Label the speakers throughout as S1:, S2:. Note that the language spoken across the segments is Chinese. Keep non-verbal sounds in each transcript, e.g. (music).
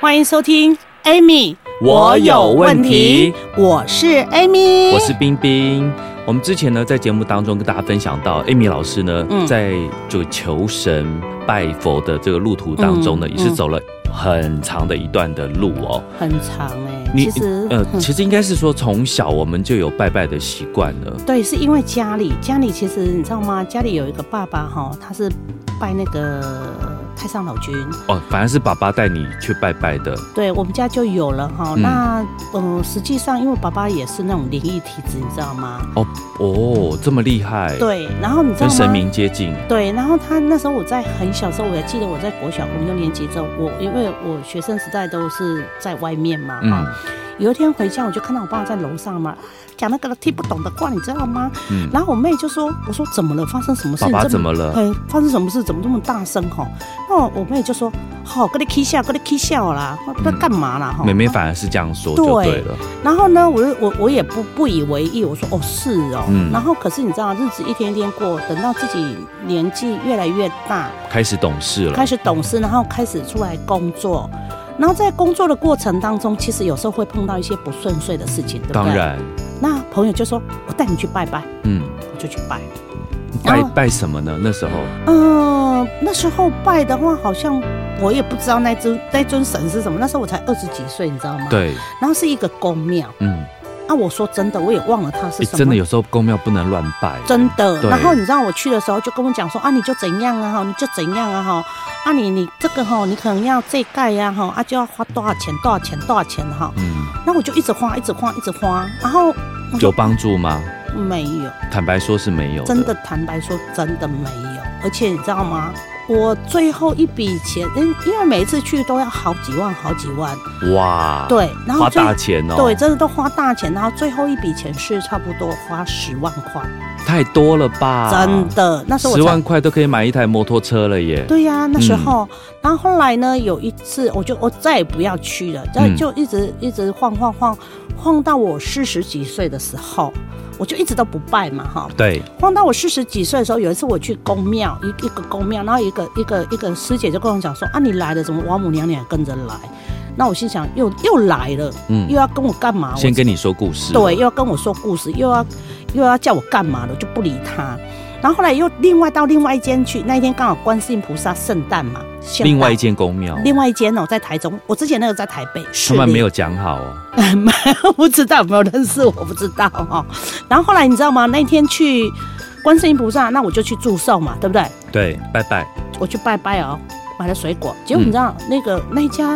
S1: 欢迎收听 Amy，
S2: 我有问题，
S1: 我是 Amy，
S3: 我是冰冰。我们之前呢，在节目当中跟大家分享到，Amy 老师呢，
S1: 嗯
S3: 在这个求神拜佛的这个路途当中呢，
S1: 嗯
S3: 也是走了很长的一段的路哦。
S1: 很长哎、
S3: 你
S1: 其实
S3: 呃，
S1: 嗯
S3: 其实应该是说从小我们就有拜拜的习惯了。
S1: 对，是因为家里家里其实你知道吗？家里有一个爸爸哈，他是拜那个太上老君，
S3: 哦，反而是爸爸带你去拜拜的。
S1: 对我们家就有了哈。
S3: 嗯
S1: 那嗯、呃实际上因为爸爸也是那种灵异体质，你知道吗？
S3: 哦，这么厉害，，
S1: 对，然后你知道
S3: 跟
S1: 吗？
S3: 神明接近。
S1: 对，然后他那时候我在很小时候，我还记得我在国小五六年级的时候，我因为我学生时代都是在外面嘛，
S3: 嗯
S1: 哈、有一天回家我就看到我爸在楼上嘛，讲那个听不懂的话，你知道吗？
S3: 嗯，
S1: 然后我妹就说：“我说怎么了？发生什么事？
S3: 爸爸
S1: 你这
S3: 怎么了？
S1: 哎，发生什么事？怎么这么大声吼？那我我妹就说：“好、跟你 k 笑，跟你 k 笑啦，那干嘛啦？哈、
S3: 妹妹反而是这样说就
S1: 对
S3: 对了。
S1: 然后呢，我就我我也不不以为意，我说哦是哦，
S3: 嗯
S1: 然后可是你知道，日子一天一天过，等到自己年纪越来越大，
S3: 开始懂事了
S1: 开，始懂事，然后开始出来工作，然后在工作的过程当中，其实有时候会碰到一些不顺遂的事情，对不对？
S3: 当。然，
S1: 那朋友就说：“我带你去拜拜。
S3: 嗯，”
S1: 我就去拜。然
S3: 拜
S1: 后
S3: 拜什么呢？那时候
S1: 嗯、那时候拜的话，好像我也不知道那尊那尊神是什么。那时候我才二十几岁，你知道吗？。
S3: 对，
S1: 然后是一个宫庙
S3: 嗯。
S1: 啊，我说真的，我也忘了它是
S3: 欸
S1: 什么。
S3: 真的有时候公庙不能乱拜，
S1: 真的。
S3: 对
S1: 然后你知道我去的时候就跟我讲说啊，你就怎样啊哈，你就怎样啊哈，啊你你这个哈，你可能要这盖呀哈，啊就要花多少钱多少钱多少钱哈。
S3: 嗯，
S1: 那我就一直花一直花一直花，然后
S3: 有帮助吗？
S1: 没有，
S3: 坦白说是没有，
S1: 真的，坦白说真的没有。而且你知道吗？我最后一笔钱，因因为每一次去都要好几万好几万，
S3: 哇，，
S1: 对，然后
S3: 花
S1: 最
S3: 大钱哦，
S1: 对，真的都花大钱，然后最后一笔钱是差不多花十万块，
S3: 太多了吧，
S1: 真，的。那时候
S3: 啊
S1: 我
S3: 十
S1: 才
S3: 万块都可以买一台摩托车了耶，
S1: 对呀、那时候，然后后来呢，有一次我就我再也不要去了，再
S3: 嗯
S1: 就一直一直晃晃晃，晃到我四十几岁的时候，我就一直都不拜嘛哈。
S3: 对，
S1: 晃到我四十几岁的时候，有一次我去宫庙，一一个宫庙，然后一个一个一个师姐就跟我讲说啊，你来了，怎么王母娘娘也跟着来？那我心想又又来了，
S3: 嗯
S1: 又要跟我干嘛？我
S3: 先跟你说故事，哦
S1: 对，又，要跟我说故事，又要又要叫我干嘛了，我就不理他。然后后来又另外到另外一间去，那一天刚好观世音菩萨圣诞嘛，圣诞
S3: 另外一间公庙，
S1: 另外一间哦，在台中，我之前那个在台北，
S3: 他
S1: 是
S3: 们没有讲好哦，
S1: (laughs) 不知道有没有认识我，不知道哦。然后后来你知道吗？那天去观世音菩萨，那我就去祝寿嘛，对不对？
S3: 对，拜拜，
S1: 我去拜拜哦，买了水果，结果
S3: 嗯
S1: 你知道、那个那一家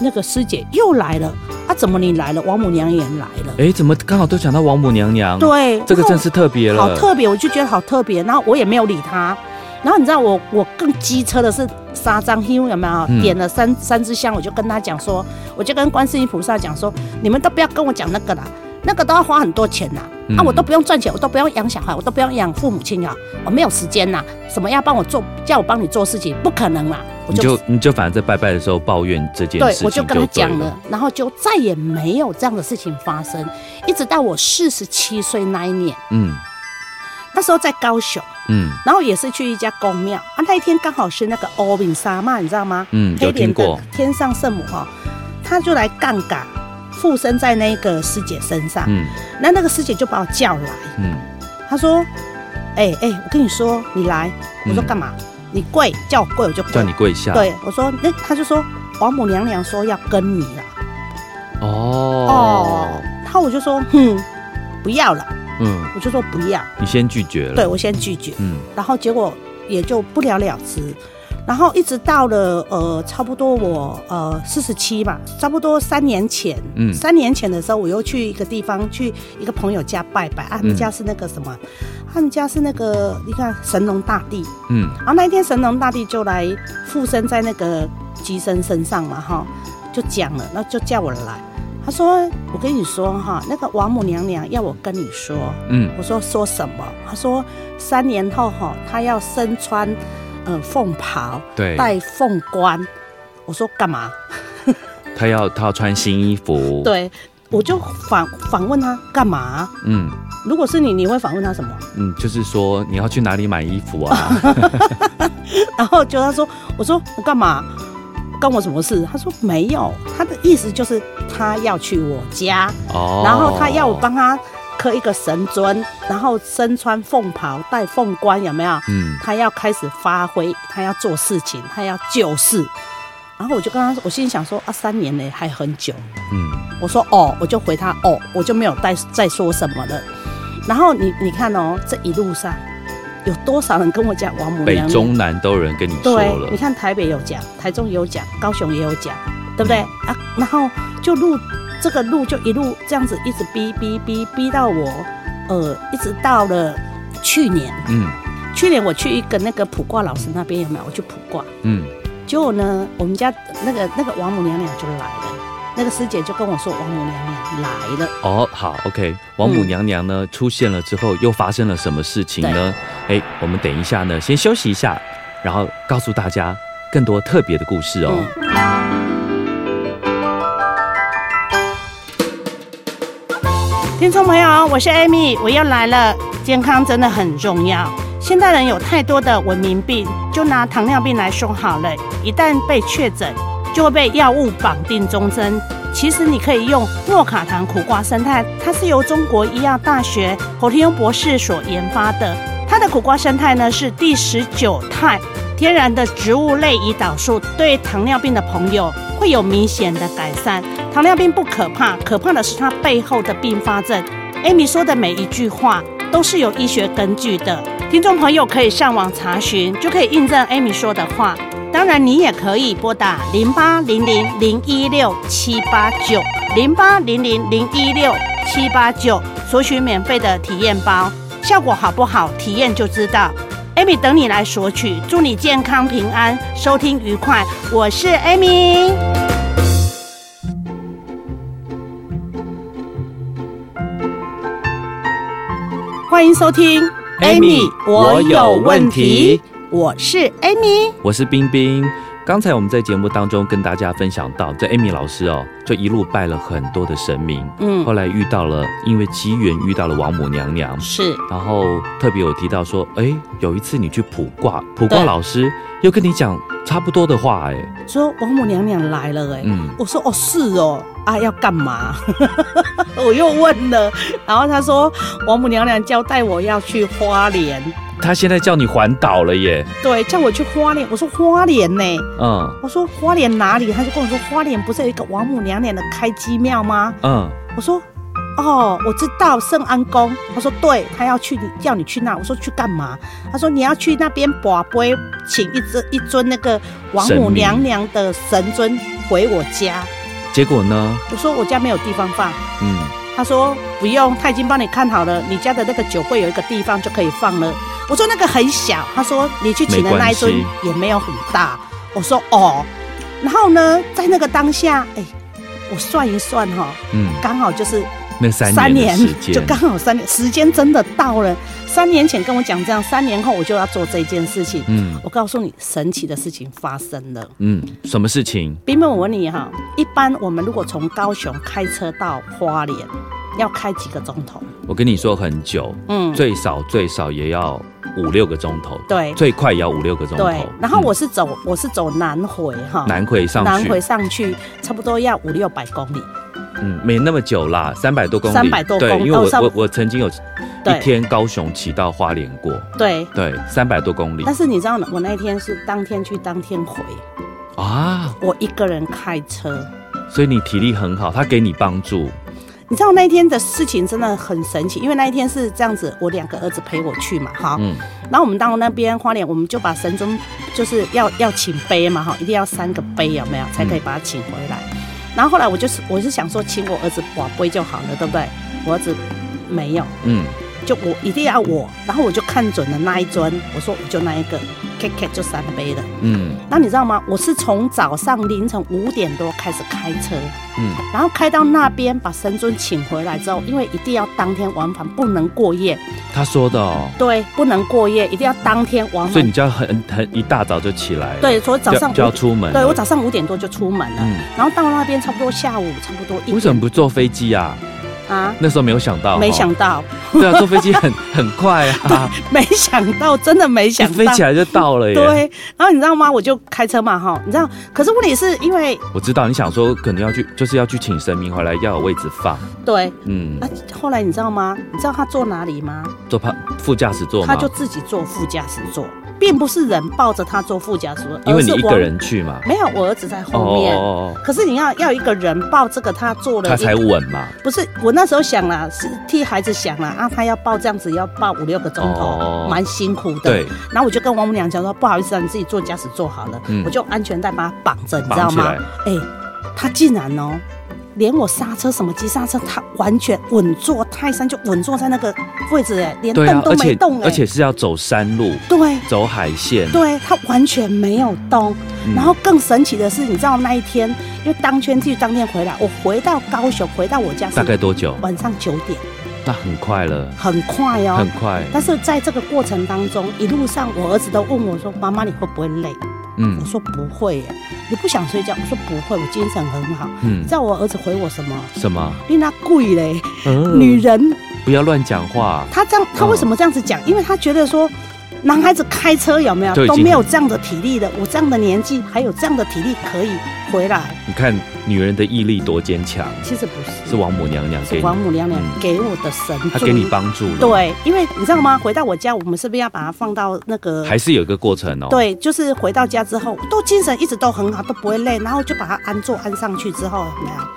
S1: 那个师姐又来了，啊，怎么你来了？王母娘娘也来了，
S3: 哎，怎么刚好都讲到王母娘娘，，
S1: 对，
S3: 这个
S1: 然后
S3: 真是特别
S1: 好
S3: 了，
S1: 特别，我就觉得好特别。然后我也没有理他。然后你知道我我更机车的是杀张因为有没有、
S3: 嗯
S1: 点了三三支香，我就跟他讲说，我就跟观世音菩萨讲说，你们都不要跟我讲那个啦，那个都要花很多钱啦。
S3: 嗯
S1: 啊，我都不用赚钱，我都不用养小孩，我都不用养父母亲啊，我没有时间呐。什么要帮我做，叫我帮你做事情，不可能啦。我
S3: 你就你就反而在拜拜的时候抱怨这件
S1: 对
S3: 事，情，
S1: 我就跟他讲了，，然后就再也没有这样的事情发生，一直到我四十七岁那一年，
S3: 嗯
S1: 那时候在高雄。
S3: 嗯
S1: 然后也是去一家宫庙啊，那一天刚好是那个欧敏沙嘛，你知道吗？
S3: 嗯，有听过，
S1: 天上圣母哈、她就来杠杆附身在那个师姐身上，
S3: 嗯
S1: 那那个师姐就把我叫来，
S3: 嗯，
S1: 她说：“哎、哎、我跟你说，你来。”我说：“
S3: 嗯
S1: 干嘛？你跪，叫我跪我就跪。
S3: 叫你跪下，，
S1: 对，我说那她就说王母娘娘说要跟你了
S3: 哦
S1: 哦，，然后我就说哼、不要了，
S3: 嗯。
S1: 我就说不要，
S3: 你先拒绝了。
S1: 哦对，我先拒绝。
S3: 嗯，
S1: 然后结果也就不了了之。然后一直到了呃，差不多我呃四十七吧，差不多三年前，
S3: 嗯
S1: 三年前的时候，我又去一个地方，去一个朋友家拜拜，啊他们
S3: 嗯
S1: 家是那个什么，他们家是那个你看神农大帝，
S3: 嗯
S1: 然后那一天神农大帝就来附身在那个机身身上嘛哈，就讲了，那就叫我来。他说：“我跟你说哈，那个王母娘娘要我跟你说。”
S3: 嗯，
S1: 我说：“说什么？”他说：“三年后哈，她要身穿呃凤袍，
S3: 对，
S1: 戴凤冠。”我说：“干嘛？”
S3: 他要他要穿新衣服，，
S1: 对，我就反反问他干嘛？
S3: 嗯
S1: 如果是你，你会反问他什么？ (laughs)
S3: 嗯，就是说你要去哪里买衣服啊？
S1: 然后就他说，我说我干嘛？关我什么事？他说没有，他的意思就是他要去我家，
S3: 哦，
S1: 然后他要我，帮他刻一个神尊，然后身穿凤袍，戴凤冠，有没有？
S3: 嗯
S1: 他要开始发挥，他要做事情，他要救世。然后我就跟他说，我心里想说啊，三年呢还很久，
S3: 嗯，
S1: 我说哦，我就回他哦，我就没有再再说什么了。然后你你看哦，这一路上有多少人跟我讲王母
S3: 北
S1: 娘娘？
S3: 中南都有人跟你说
S1: 对，
S3: 了
S1: 你，看台北有讲，台中也有讲，高雄也有讲，对不对啊？然后就路这个路就一路这样子一直逼逼逼逼到我，呃，一直到了去年，
S3: 嗯
S1: 去年我去一个那个卜卦老师那边有没有？我去卜卦，
S3: 嗯，
S1: 结果呢，我们家那个那个王母娘娘就来了，那个师姐就跟我说王母娘娘来了。
S3: 哦，好，OK，王母娘娘呢出现了之后，又发生了什么事情呢？哎，我们等一下呢，先休息一下，然后告诉大家更多特别的故事哦。
S1: 嗯听众朋友，我是 Amy，我又来了。健康真的很重要。现代人有太多的文明病，就拿糖尿病来说好了，一旦被确诊，就会被药物绑定终身。其实你可以用诺卡糖苦瓜生态，它是由中国医药大学侯天庸博士所研发的。它的苦瓜生态呢是第十九肽天然的植物类胰岛素，对糖尿病的朋友会有明显的改善。糖尿病不可怕，可怕的是它背后的并发症。Amy 说的每一句话都是有医学根据的，听众朋友可以上网查询，就可以印证 Amy 说的话。当然，你也可以拨打零八零零零一六七八九零八零零零一六七八九索取免费的体验包，效果好不好，体验就知道。Amy 等你来索取，祝你健康平安，收听愉快。我是 Amy。欢迎收听
S3: Amy，我有问题，
S1: 我是 Amy。
S3: 我是冰冰。刚才我们在节目当中跟大家分享到，这 Amy 老师哦，就一路拜了很多的神明，
S1: 嗯
S3: 后来遇到了，因为机缘遇到了王母娘娘，
S1: 是
S3: 然后特别有提到说，哎，有一次你去卜卦，卜
S1: 对
S3: 卦老师又跟你讲差不多的话，哎，
S1: 说王母娘娘来了、哎、
S3: 嗯
S1: 我说哦是哦，啊要干嘛？ (laughs) 我又问了，然后他说王母娘娘交代我要去花莲，
S3: 他现在叫你环岛了耶，
S1: 对，叫我去花莲，我说花莲呢、
S3: 嗯
S1: 我说花莲哪里？他就跟我说花莲不是有一个王母娘娘的开基庙吗？
S3: 嗯，
S1: 我说哦，我知道圣安宫。他说对，他要去你叫你去那。我说去干嘛？他说你要去那边把杯，请一尊一尊那个王
S3: 神
S1: 母
S3: 明
S1: 娘娘的神尊回我家。
S3: 结果呢，
S1: 我说我家没有地方放。
S3: 嗯，
S1: 他说不用，他已经帮你看好了，你家的那个酒柜有一个地方就可以放了。我说那个很小，他说你去请的那一尊
S3: 没关
S1: 也没有很大。我说哦，然后呢，在那个当下，哎、我算一算哈、
S3: 嗯，
S1: 刚好就是
S3: 那三年的时
S1: 就
S3: 间
S1: 刚，好三年，时间真的到了。三年前跟我讲这样，三年后我就要做这件事情。
S3: 嗯
S1: 我告诉你，神奇的事情发生了。
S3: 嗯，什么事情？
S1: 冰冰，我问你哈，一般我们如果从高雄开车到花莲，要开几个钟头？
S3: 我跟你说很久，
S1: 嗯，
S3: 最少最少也要五六个钟头，
S1: 对
S3: 最快也要五六个钟头。
S1: 对。然后
S3: 嗯
S1: 我是走，我是走南回哈，
S3: 南回上去，
S1: 南回上去差不多要五六百公里。
S3: 嗯，没那么久啦，三百多公里，
S1: 300多公
S3: 对，因为
S1: 哦
S3: 我
S1: 上
S3: 我我曾经有一
S1: 对
S3: 天高雄骑到花莲过，
S1: 对。
S3: 对，三百多公里
S1: 但是你知道吗？我那一天是当天去当天回，
S3: 啊，
S1: 我一个人开车。
S3: 所以你体力很好，他给你帮助，
S1: 你知道那一天的事情真的很神奇，因为那一天是这样子，我两个儿子陪我去嘛，哈，
S3: 嗯
S1: 然后我们到那边花莲，我们就把神尊就是要要请杯嘛，哈，一定要三个杯有没有才可以把它请回来。然后后来我就是我是想说请我儿子把杯就好了，对不对？我儿子没有，
S3: 嗯，
S1: 就我一定要我，然后我就看准了那一尊，我说我就那一个，K K 就三杯了。
S3: 嗯
S1: 那你知道吗？我是从早上凌晨五点多开始开车，
S3: 嗯
S1: 然后开到那边把神尊请回来之后，因为一定要当天往返，不能过夜。
S3: 他说的哦，
S1: 对，不能过夜，一定要当天往
S3: 所以
S1: 返。
S3: 你就要很很一大早就起来了，
S1: 对，所以早
S3: 就要，
S1: 上
S3: 就要
S1: 五
S3: 出门了，
S1: 对我早上五点多就出门了，
S3: 嗯
S1: 然后到那边差不多下午差不多一
S3: 为什么
S1: 点
S3: 不坐飞机啊？
S1: 啊，
S3: 那时候没有想到，
S1: 没
S3: 哦
S1: 想到， (laughs)
S3: 对啊，坐飞机很很快啊，
S1: 没想到，真的没
S3: 一
S1: 想
S3: 飞
S1: 到
S3: 起。来就到了耶。，
S1: 对，然后你知道吗？我就开车嘛，哈，你知道，可是问题是因为
S3: 我知道你想说可能要去，就是要去请神明回来要有位置放，
S1: 对
S3: 嗯，
S1: 啊，后来你知道吗？你知道他坐哪里吗？
S3: 坐旁副驾驶座
S1: 他
S3: 嘛，
S1: 就呃自己坐副驾驶座，并不是人抱着他坐副驾驶座，
S3: 因为
S1: 而
S3: 你
S1: 是
S3: 一
S1: 我
S3: 个人去嘛，
S1: 没有，我儿子在后面。
S3: 哦哦，
S1: 可是你要要一个人抱这个，他坐了
S3: 他
S1: 一
S3: 才稳嘛，
S1: 不是，我那时候想啦，是替孩子想啦，啊，他要抱这样子要抱五六个钟
S3: 哦
S1: 头，蛮、辛苦的。
S3: 对，
S1: 然后我就跟王母娘讲说，不好意思啊，你自己坐驾驶座好了，
S3: 嗯
S1: 我就安全带把它绑着，你知道
S3: 绑起
S1: 吗
S3: 来？
S1: 哎、他竟然哦、连我刹车什么急刹车，他完全稳坐泰山就稳坐在那个位置哎、连
S3: 对
S1: 动
S3: 啊，
S1: 都
S3: 而
S1: 没
S3: 且
S1: 动哎、
S3: 而且是要走山路，
S1: 对
S3: 走海线，
S1: 对，他完全没有动。
S3: 嗯
S1: 然后更神奇的是，你知道那一天，因为当天去当天回来，我回到高雄，回到我家是
S3: 大概多久？
S1: 晚上九点。
S3: 那很快了，
S1: 很快哦
S3: 很。快，
S1: 但是在这个过程当中，一路上我儿子都问我说：“妈妈，你会不会累？”
S3: 嗯
S1: 我说：“不会耶。”你不想睡觉？我说：“不会，我精神很好。”你
S3: 嗯
S1: 知，道我儿子回我什么？
S3: 什么？
S1: 因为他贵嘞，
S3: 嗯
S1: 女人
S3: 不要乱讲话，
S1: 他这样，他为什么这样子讲？因为他觉得说，男孩子开车有没有
S3: 就已经
S1: 都没有这样的体力的，我这样的年纪还有这样的体力可以回来，
S3: 你看女人的毅力多坚强，
S1: 其实不是，
S3: 是王母娘娘给
S1: 是
S3: 你，
S1: 王母娘娘
S3: 嗯
S1: 给我的神助力，
S3: 她给你帮助了，，
S1: 对，因为你知道吗？回到我家，我们是不是要把它放到那个
S3: 还是有一个过程哦。，
S1: 对，就是回到家之后，都精神一直都很好，都不会累，然后就把它安坐安上去之后，怎么样？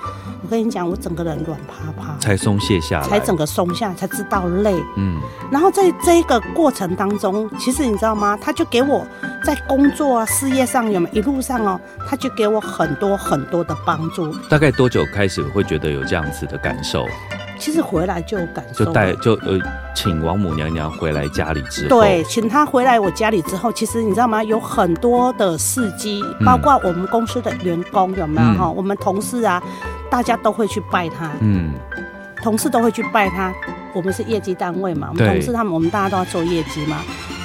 S1: 我跟你讲，我整个人软趴趴，
S3: 才松懈下来，
S1: 才整个松下，才知道累。
S3: 嗯，
S1: 然后在这一个过程当中，其实你知道吗？他就给我在工作啊、事业上有没有一路上哦，他就给我很多很多的帮助。
S3: 大概多久开始会觉得有这样子的感受？
S1: 其实回来就有感受
S3: 就
S1: 了，
S3: 带就呃，请王母娘娘回来家里之后，
S1: 对，，请他回来我家里之后，其实你知道吗？有很多的事迹，
S3: 嗯
S1: 包括我们公司的员工有没有
S3: 嗯
S1: 哈、我们同事啊，大家都会去拜他，
S3: 嗯，
S1: 同事都会去拜他。我们是业绩单位嘛，我们
S3: 对
S1: 同事他们，我们大家都要做业绩嘛。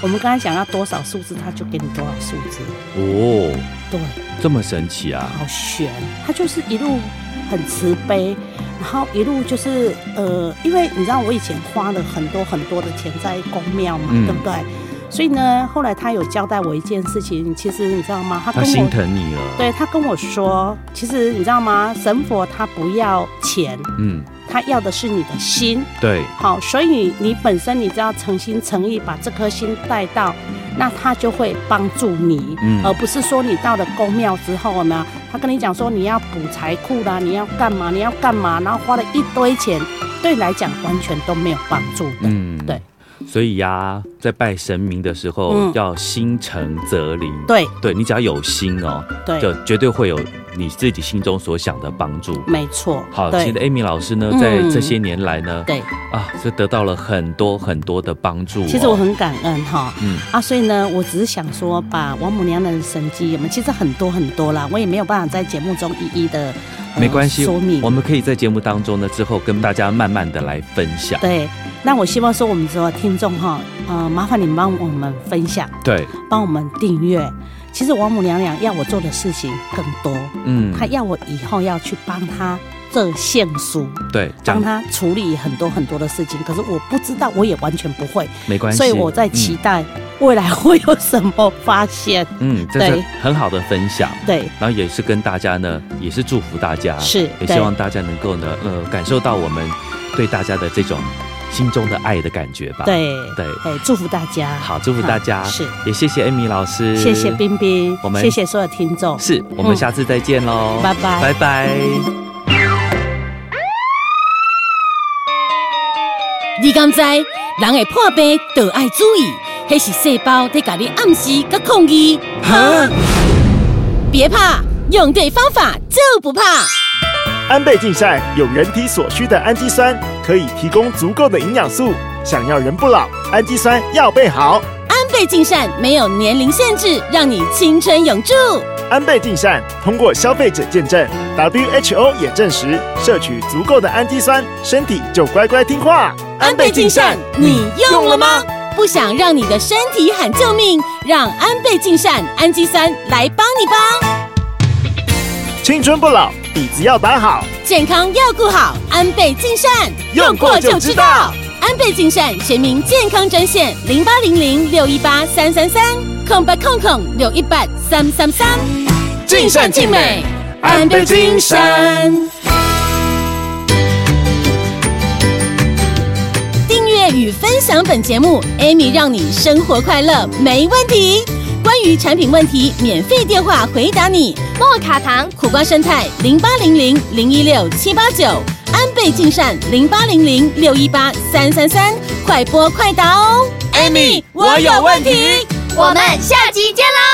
S1: 我们刚才讲要多少数字，他就给你多少数字，
S3: 哦，
S1: 对，
S3: 这么神奇啊！
S1: 好悬。他就是一路很慈悲，然后一路就是呃，因为你知道我以前花了很多很多的钱在公庙嘛，
S3: 嗯
S1: 对不对？所以呢，后来他有交代我一件事情，其实你知道吗？他
S3: 她
S1: 跟
S3: 心
S1: 我
S3: 疼你了，，
S1: 对他跟我说，其实你知道吗？神佛他不要钱，
S3: 嗯，
S1: 他要的是你的心。
S3: 对，
S1: 好，所以你本身你只要诚心诚意把这颗心带到，那他就会帮助你，
S3: 嗯
S1: 而不是说你到了公庙之后呢，他跟你讲说你要补财库啦，你要干嘛，你要干嘛，然后花了一堆钱，对你来讲完全都没有帮助的。
S3: 嗯，
S1: 对。
S3: 所以呀、在拜神明的时候，
S1: 嗯
S3: 要心诚则灵。
S1: 对
S3: 对你只要有心哦，
S1: 对，
S3: 就绝对会有你自己心中所想的帮助。
S1: 没错。
S3: 好，
S1: 对
S3: 其实 Amy 老师呢，
S1: 嗯
S3: 在这些年来呢，
S1: 对，
S3: 啊，是得到了很多很多的帮助哦、
S1: 其实我很感恩哈，
S3: 嗯
S1: 啊，所以呢，我只是想说，把王母娘娘的神迹，我们其实很多很多啦，我也没有办法在节目中一一的、
S3: 没关系
S1: 说明，
S3: 我们可以在节目当中呢之后跟大家慢慢的来分享。
S1: 对，那我希望说我们所有听众哈，呃，麻烦你们帮我们分享，
S3: 对，
S1: 帮我们订阅。其实王母娘娘要我做的事情更多，
S3: 嗯，
S1: 她要我以后要去帮她这献书，
S3: 对，
S1: 帮
S3: 讲
S1: 她处理很多很多的事情。可是我不知道，我也完全不会，
S3: 没关系。
S1: 所以我在期待未来会有什么发现。
S3: 嗯，嗯，这是
S1: 对
S3: 很好的分享。
S1: 对，
S3: 然后也是跟大家呢，也是祝福大家，
S1: 是
S3: 也
S1: 对
S3: 希望大家能够呢，呃，感受到我们对大家的这种心中的爱的感觉吧。，
S1: 对，
S3: 对
S1: 哎，祝福大家，
S3: 好，祝福大家，
S1: 好是，
S3: 也谢谢 Amy 老师，
S1: 谢谢冰冰
S3: 我们，
S1: 谢谢所有听众，
S3: 是我们
S1: 嗯
S3: 下次再见喽、
S1: 拜
S3: 拜
S1: 拜
S3: 拜。
S4: 你敢知人会破病，就要注意，迄是细胞在甲你暗示甲抗议。哈！别怕，用对方法就不怕。
S5: 安倍晋善有人体所需的氨基酸，可以提供足够的营养素。想要人不老，氨基酸要备好。
S1: 安倍晋善没有年龄限制，让你青春永驻。
S5: 安倍晋善通过消费者见证，WHO 也证实，摄取足够的氨基酸，身体就乖乖听话。
S1: 安倍晋善，你用了吗？不想让你的身体喊救命，让安倍晋善氨基酸来帮你吧。
S5: 青春不老，底子要打好。
S1: 健康要顾好，安倍晋善
S5: 用过就知道。
S1: 安倍晋善全民健康专线零八零零六一八三三三空八空空六一八三三三，
S5: 尽善尽美，安倍晋善。
S1: 订阅与分享本节目，Amy 让你生活快乐没问题。关于产品问题，免费电话回答你。
S6: 莫卡糖
S1: 苦瓜生态零八零零零一六七八九，安倍晋善零八零零六一八三三三，快播快答哦。
S3: Amy，我有问题。
S6: 我们下集见喽！